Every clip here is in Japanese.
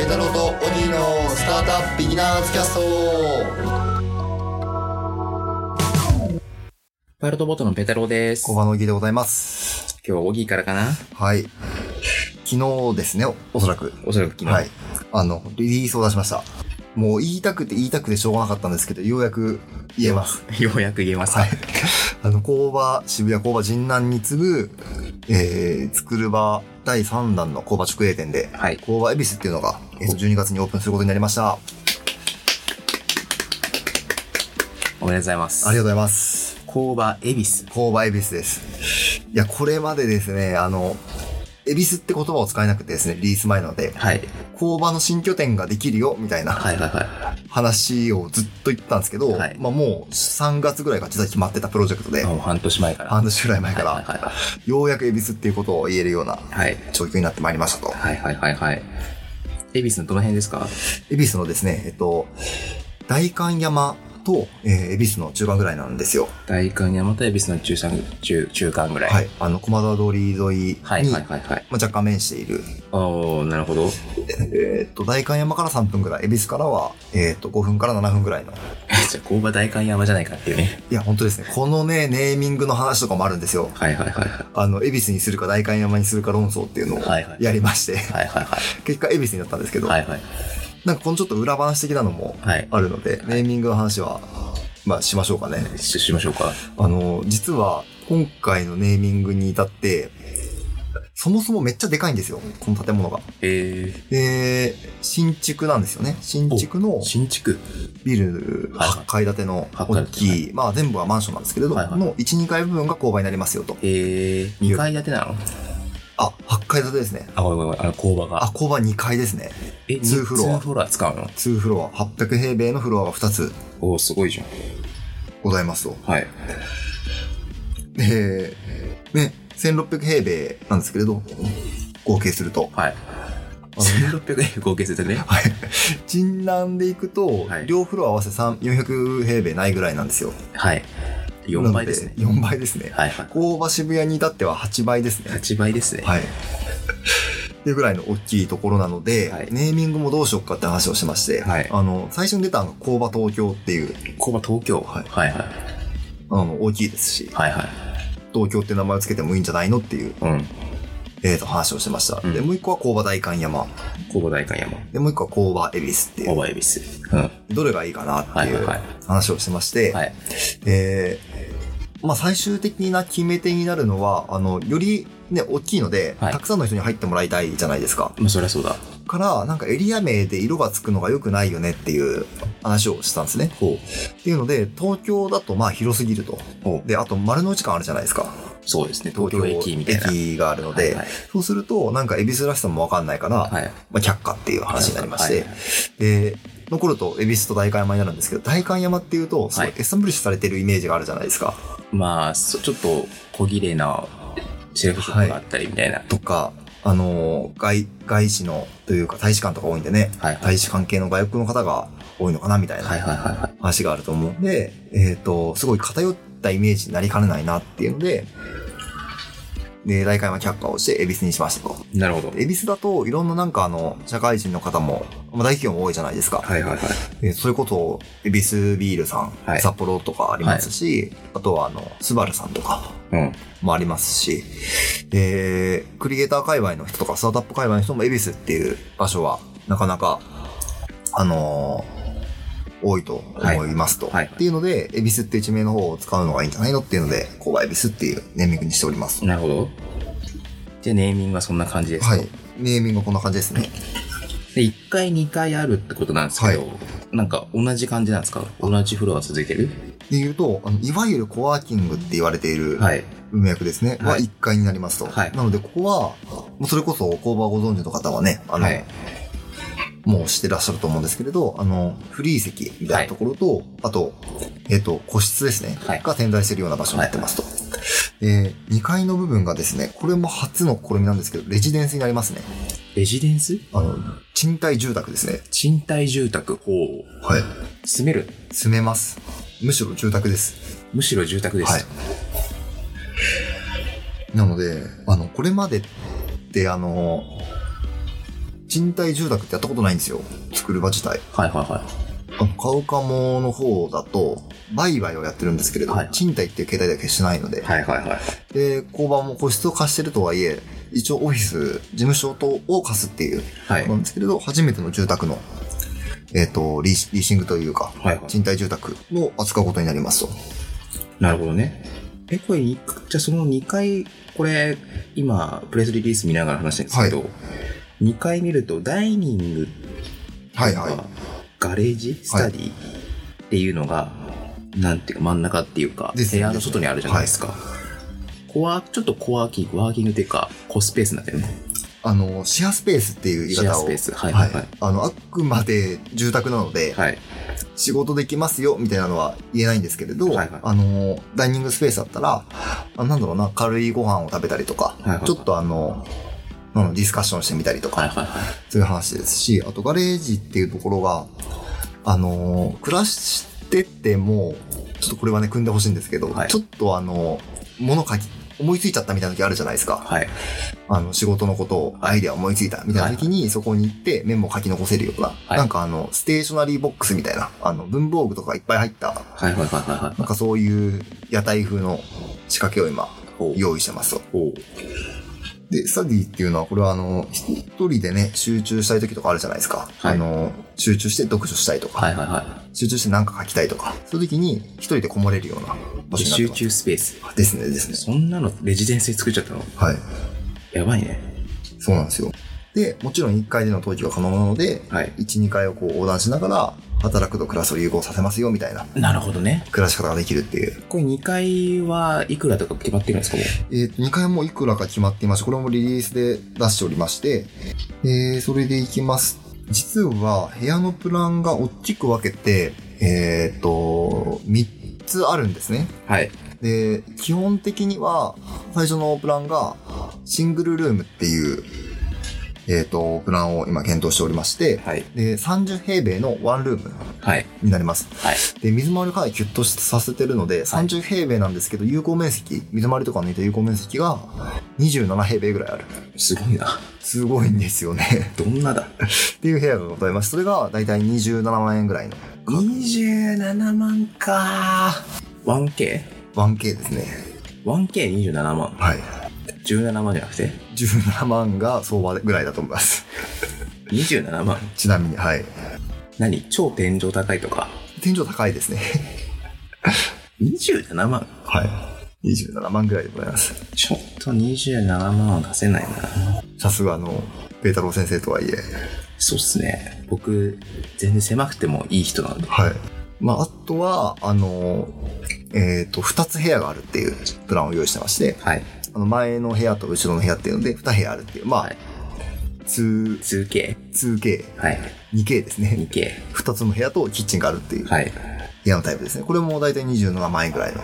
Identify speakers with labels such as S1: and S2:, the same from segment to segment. S1: イ太郎とオギーのスタートアップビギナーズキャスト
S2: ワールドボートのペタローです。
S1: 小
S2: 今
S1: 場のオギーでございます。
S2: 日はオギーからかな
S1: はい。昨日ですね、おおそらく。
S2: おそらく昨日。
S1: はい。あの、リリースを出しました。もう言いたくて言いたくてしょうがなかったんですけど、ようやく言えます。
S2: ようやく言えます。
S1: はい。あの、工場、渋谷工場神南に次ぐ、えー、作る場第3弾の工場直営店で、
S2: はい
S1: 工場恵比寿っていうのが、えーと、12月にオープンすることになりました。あ
S2: おめでとうございます。
S1: りがとう
S2: う。
S1: ございます。
S2: 工場恵比寿。
S1: 工場恵比寿です。いや、これまでですね、あの、恵比寿って言葉を使えなくてですね、リリース前なので、
S2: はい。
S1: 工場の新拠点ができるよ、みたいな
S2: はいはいは
S1: 話をずっと言ってたんですけど、
S2: はい
S1: まあもう3月ぐらいが実は決まってたプロジェクトで
S2: い。、もう半年前から。
S1: 半年ぐらい前から、
S2: はいは
S1: ようやく恵比寿っていうことを言えるようない
S2: はい。はい。
S1: 状況になってまいりましたと。
S2: はいはいはいはい。恵比寿のどの辺ですか
S1: 恵比寿のですね、えっと、大観山と、えー、恵比寿の中間ぐらいなんですよ。
S2: 大観山と恵比寿の中山、中、中間ぐらい。
S1: はい。。あの、駒沢通り沿いに、
S2: はいはいはいはい。
S1: まあ、若干面している。
S2: おー、なるほど。
S1: えーっと、大観山から3分ぐらい、恵比寿からは、えーっと、5分から7分ぐらいの。
S2: じゃあ工場大観山じゃないかっていうね。
S1: いや、本当ですね。このね、ネーミングの話とかもあるんですよ。
S2: はいはいはいは
S1: あの、恵比寿にするか大観山にするか論争っていうのを
S2: はいはい
S1: やりまして、
S2: い。はいはいはい。
S1: 結果恵比寿になったんですけど、
S2: はいはい。
S1: なんかこのちょっと裏話的なのも
S2: はい。
S1: あるので、ネーミングの話は、まあ、しましょうかね。
S2: ししましょうか。
S1: あの、実は、今回のネーミングに至って、そもそもめっちゃでかいんですよ、この建物が。
S2: え
S1: で、新築なんですよね。新築の
S2: ー、新築。
S1: ビル
S2: はい
S1: 8階建ての
S2: はい
S1: 大きい、まあ全部はマンションなんですけれど、
S2: はいはい
S1: の1、2階部分が工場になりますよと。
S2: えー、2階建てなの
S1: あ、8階建てですね。
S2: あ、ごめんごめん、あの工場が。
S1: あ、工場2階ですね。
S2: え、
S1: ツー
S2: に
S1: フロア
S2: ツーフロア使うの
S1: 2フロア、800平米のフロアが2つ
S2: おー、すごいじゃん。
S1: ございますと。
S2: はい。
S1: で、ね、1600平米なんですけれど、合計すると。
S2: はい。1600円合計するとね。
S1: はい。人南で行くと、
S2: はい
S1: 両フロア合わせ3 400平米ないぐらいなんですよ。
S2: はい。4倍ですね。
S1: 4倍ですね。
S2: はいはい。
S1: 工場渋谷に至っては8倍ですね。
S2: 8倍ですね。
S1: はい。っていうぐらいの大きいところなので、
S2: はい
S1: ネーミングもどうしようかって話をしてまして、
S2: はい
S1: あの、最初に出たのが工場東京っていう、
S2: 工場東京。
S1: はい
S2: はいはい。
S1: あの、大きいですし、
S2: はいはい。
S1: 東京って名前をつけてもいいんじゃないのっていう、
S2: うん。
S1: えー、と話をしてました。
S2: うん
S1: で、もう一個は工場代官山。
S2: 工場大観山。
S1: で、もう一個は工場恵比寿ってい
S2: 工
S1: う、
S2: 場恵比寿。うん。は
S1: どれがいいかなって
S2: い
S1: い
S2: はいうはい。
S1: 話をしてまして、
S2: はい。
S1: えーまあ最終的な決め手になるのは、あの、よりね、大きいので、
S2: はい
S1: たくさんの人に入ってもらいたいじゃないですか。
S2: まあ、そりゃそうだ。
S1: から、なんかエリア名で色がつくのが良くないよねっていう話をしたんですね。
S2: ほ
S1: っていうので、東京だとまあ広すぎると。
S2: う。ほう。
S1: で、あと丸の内感あるじゃないですか。
S2: そうですね。東京駅みたいな。
S1: 駅があるので、
S2: はいはい
S1: そうすると、なんか恵比寿らしさもわかんないから、
S2: はい。
S1: まあ却下っていう話になりまして、
S2: はい
S1: で、残ると恵比寿と代官山になるんですけど、代官山っていうと、すごいエスタンブリッシュされてるイメージがあるじゃないですか。
S2: まあ、そちょっと小綺麗なシェルフショップがあったりみたいな。
S1: とか、あのー外、外資の、というか大使館とか多いんでね、
S2: はいはい。
S1: 大使関係の外国の方が多いのかなみたいな。
S2: はいはいはいはい。
S1: 話があると思うんで、えっ、と、すごい偏ったイメージになりかねないなっていうので、で、大会は却下をして、恵比寿にしましたと。
S2: なるほど。
S1: 恵比寿だといろんななんかあの、社会人の方も、まあ、大企業も多いじゃないですか。
S2: はいはいはい。
S1: えーそれこそ、恵比寿ビールさん、
S2: はい
S1: 札幌とかありますし、あとはあの、スバルさんとか
S2: うん。
S1: もありますし、えークリエイター界隈の人とか、スタートアップ界隈の人も恵比寿っていう場所は、なかなか、あのー多いと思いますと。
S2: はいはい
S1: っていうので、恵比寿っていう地名の方を使うのがいいんじゃないのっていうので、工場恵比寿っていうネーミングにしております。
S2: なるほど。じゃあネーミングはそんな感じです
S1: は
S2: か、
S1: い。ネーミングはこんな感じですね。
S2: で、1階、2階あるってことなんですけど、なんか同じ感じなんですか同じフロア続いてる
S1: で言うと、あのいわゆるコワーキングって言われている
S2: はい。
S1: 文脈ですね、
S2: はい
S1: は1階になりますと。
S2: はい
S1: なので、ここは、もうそれこそ工場ご存知の方はね、あの、
S2: はい。
S1: もうしてらっしゃると思うんですけれど、あの、フリー席みたいなところと、あと、えっ、と、個室ですね、
S2: はい
S1: が点在しているような場所になってますと。で、2階の部分がですね、これも初の試みなんですけど、レジデンスになりますね。
S2: レジデンス
S1: あの、賃貸住宅ですね。
S2: 賃貸住宅。ほう。
S1: はい。
S2: 住める
S1: 住めます。むしろ住宅です。
S2: むしろ住宅です。
S1: はい。なので、あの、これまでって、あの、賃貸住宅ってやったことないんですよ。作る場自体。
S2: はいはいはい。
S1: あの、カウカモの方だと、売買をやってるんですけれど、
S2: はい
S1: 賃貸っていう形態では決してないので、
S2: はいはいはい。
S1: で、交番も個室を貸してるとはいえ、一応オフィス、事務所等を貸すっていう、
S2: はい
S1: なんですけれど、初めての住宅の、えっ、とリーシ、リーシングというか、
S2: はいはい
S1: 賃貸住宅を扱うことになりますと。
S2: なるほどね。え、これ二回、じゃあその2回、これ、今、プレスリリース見ながら話してるんですけど、2回見ると、ダイニング
S1: はい
S2: と
S1: はい。
S2: か、ガレージ、スタディっていうのが、なんていうか、真ん中っていうか、
S1: です
S2: 部
S1: ね
S2: 屋の外にあるじゃないですか。コア、ちょっとコワーキング、ワーキングっていうか、コスペースなんだよね。
S1: あの、シェアスペースっていう言い
S2: シェア
S1: 方
S2: ス
S1: を。
S2: ペース。はいは
S1: はい
S2: はい
S1: い。。あの、あくまで住宅なので、
S2: はい。
S1: 仕事できますよ、みたいなのは言えないんですけれど、
S2: はいはい
S1: あの、ダイニングスペースだったら、あなんだろうな、軽いご飯を食べたりとか、
S2: はいはい
S1: ちょっとあの、なんだろうディスカッションしてみたりとか、
S2: はいはいはい。
S1: そういう話ですし、あとガレージっていうところが、あのー暮らしてても、ちょっとこれはね、組んでほしいんですけど、
S2: はい
S1: ちょっとあの、物書き、思いついちゃったみたいな時あるじゃないですか。
S2: はい。
S1: あの、仕事のことを、アイデア思いついたみたいな時に、そこに行ってメモを書き残せるような、
S2: はい
S1: なんかあの、ステーショナリーボックスみたいな、あの、文房具とかがいっぱい入った、
S2: はいはいはいはい
S1: なん
S2: は
S1: かそういう屋台風の仕掛けを今、
S2: い。ほう。
S1: 用意してますと。
S2: ほう。
S1: で、スタディっていうのは、これはあの、一人でね、集中したい時とかあるじゃないですか。
S2: は
S1: あ
S2: い
S1: の、集中して読書したいとか、
S2: はいはいは。
S1: 集中して何か書きたいとか、そういう時に一人でこもれるようない場
S2: で
S1: 所に
S2: 集
S1: なって
S2: 中スペース。
S1: ます。ですね、ですね。
S2: そんなのレジデンスで作っちゃったの
S1: はい。
S2: やばいね。
S1: そうなんですよ。で、もちろん1階での登記が可能なので、
S2: はい。
S1: 1、2階をこう横断しながら、働くとクラスを融合させますよ、みたいな
S2: なるほどね。
S1: 暮らし方ができるっていう。
S2: これ2階はいくらとか決まってるんですかもう
S1: えっ、と、2階もいくらか決まっていまして、これもリリースで出しておりまして、えー、それでいきます。実は、部屋のプランが大きく分けて、えっ、と、3つあるんですね。
S2: はい。
S1: で、基本的には、最初のプランが、シングルルームっていう、えっ、と、プランを今検討しておりまして、
S2: はい。
S1: で、30平米のワンルーム
S2: はい。
S1: になります。
S2: はい。
S1: で、水回りをかなりキュッとさせてるので、
S2: はい
S1: 30平米なんですけど、有効面積、水回りとか抜いた有効面積が27平米ぐらいある。
S2: すごいな。
S1: すごいんですよね。
S2: どんなだ
S1: っていう部屋がございます。それが大体27万円ぐらいの
S2: ?27 万か。1K?1K27
S1: 1K ですね。
S2: 万。
S1: はい。
S2: 17万じゃなくて
S1: 17万が相場ぐらいだと思います。
S2: 27万。
S1: ちなみに、はい。
S2: 何超天井高いとか。
S1: 天井高いですね。
S2: 27万
S1: はい。27万ぐらいでございます。
S2: ちょっと27万は出せないな。
S1: さすがあの、ペータロー先生とはいえ。
S2: そうっすね。僕、全然狭くてもいい人なんで。
S1: はい。まあ、あとは、あの、えっ、と、2つ部屋があるっていうプランを用意してまして、
S2: はい。
S1: あの前の部屋と後ろの部屋っていうので、2部屋あるっていう。まあ、
S2: はい
S1: 2K、
S2: 2K。
S1: 2K
S2: はい。
S1: 2K ですね。
S2: 2K。
S1: 2つの部屋とキッチンがあるっていう部
S2: はい。
S1: 屋のタイプですね。これも大体27万円ぐらいの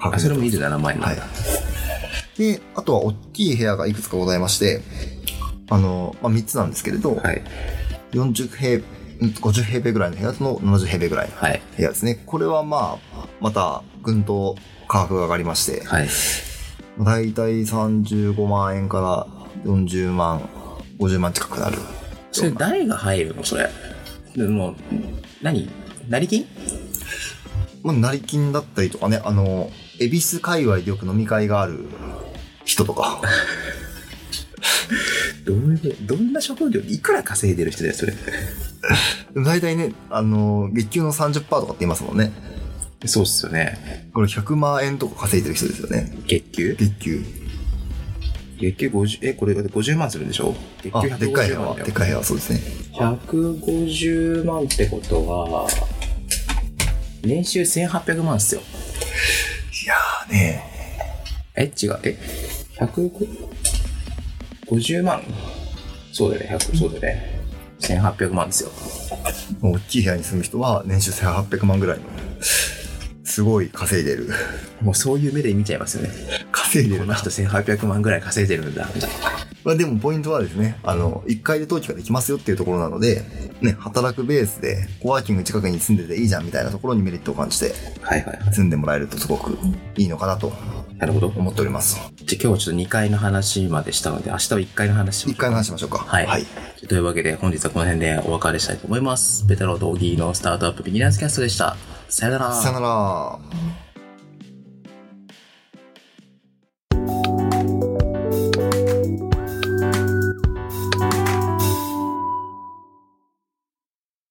S2: あ、
S1: 確
S2: それ
S1: 率。
S2: も27万円な
S1: は
S2: んだ。
S1: い。で、あとは大きい部屋がいくつかございまして、あの、まあ、3つなんですけれど、
S2: はい。
S1: 40平、うん50平米ぐらいの部屋との70平米ぐらいの
S2: はい。
S1: 部屋ですね。これはまあ、また、ぐんと価格が上がりまして、
S2: はい。
S1: だいたい35万円から40万、50万近くなる。
S2: それ誰が入るのそれ。でも、何成金
S1: まあ、成金だったりとかね、あの、恵比寿界隈でよく飲み会がある人と か、
S2: どういう、どんな職業でいくら稼いでる人だよ、それ。
S1: でも大体ね、あの、月給の30%とかって言いますもんね。
S2: そうっすよね。
S1: これ100万円とか稼いでる人ですよね。
S2: 月給
S1: 月給。
S2: 月給50、え、これ50万するんでしょ月
S1: あ、
S2: 給
S1: でっかい部
S2: 150
S1: 屋
S2: 万
S1: は、
S2: だ
S1: でっ
S2: よ。
S1: かい部屋はそうですね。
S2: 150万ってことは、年収1800万っす
S1: い
S2: よ。
S1: やーね
S2: え、違う。え、150万そうだよね、100、そうだよね。1800万ですよ。
S1: 大きい部屋に住む人は年収1800万ぐらいの、すごい稼いでる。
S2: もうそういう目で見ちゃいますよね。
S1: 稼いで
S2: こ
S1: る
S2: の
S1: な。
S2: 人1800万ぐらい稼いでるんだ、みたいな。
S1: まあでもポイントはですね、あの、1階で登記ができますよっていうところなので、ね、働くベースで、コワーキング近くに住んでていいじゃんみたいなところにメリットを感じて、
S2: はいはいは
S1: 住んでもらえるとすごくいいのかなと
S2: い。なるほど。じゃあ
S1: 思っております。
S2: 今日はちょっと2階の話までしたので、明日は1階の話しましょ
S1: 1
S2: う
S1: 階の話しましょうか。
S2: はい
S1: はい。
S2: じゃというわけで本日はこの辺でお別れしたいと思います。ペタロとオギーのスタートアップビギナーズキャストでした。さよなら。
S1: さよなら。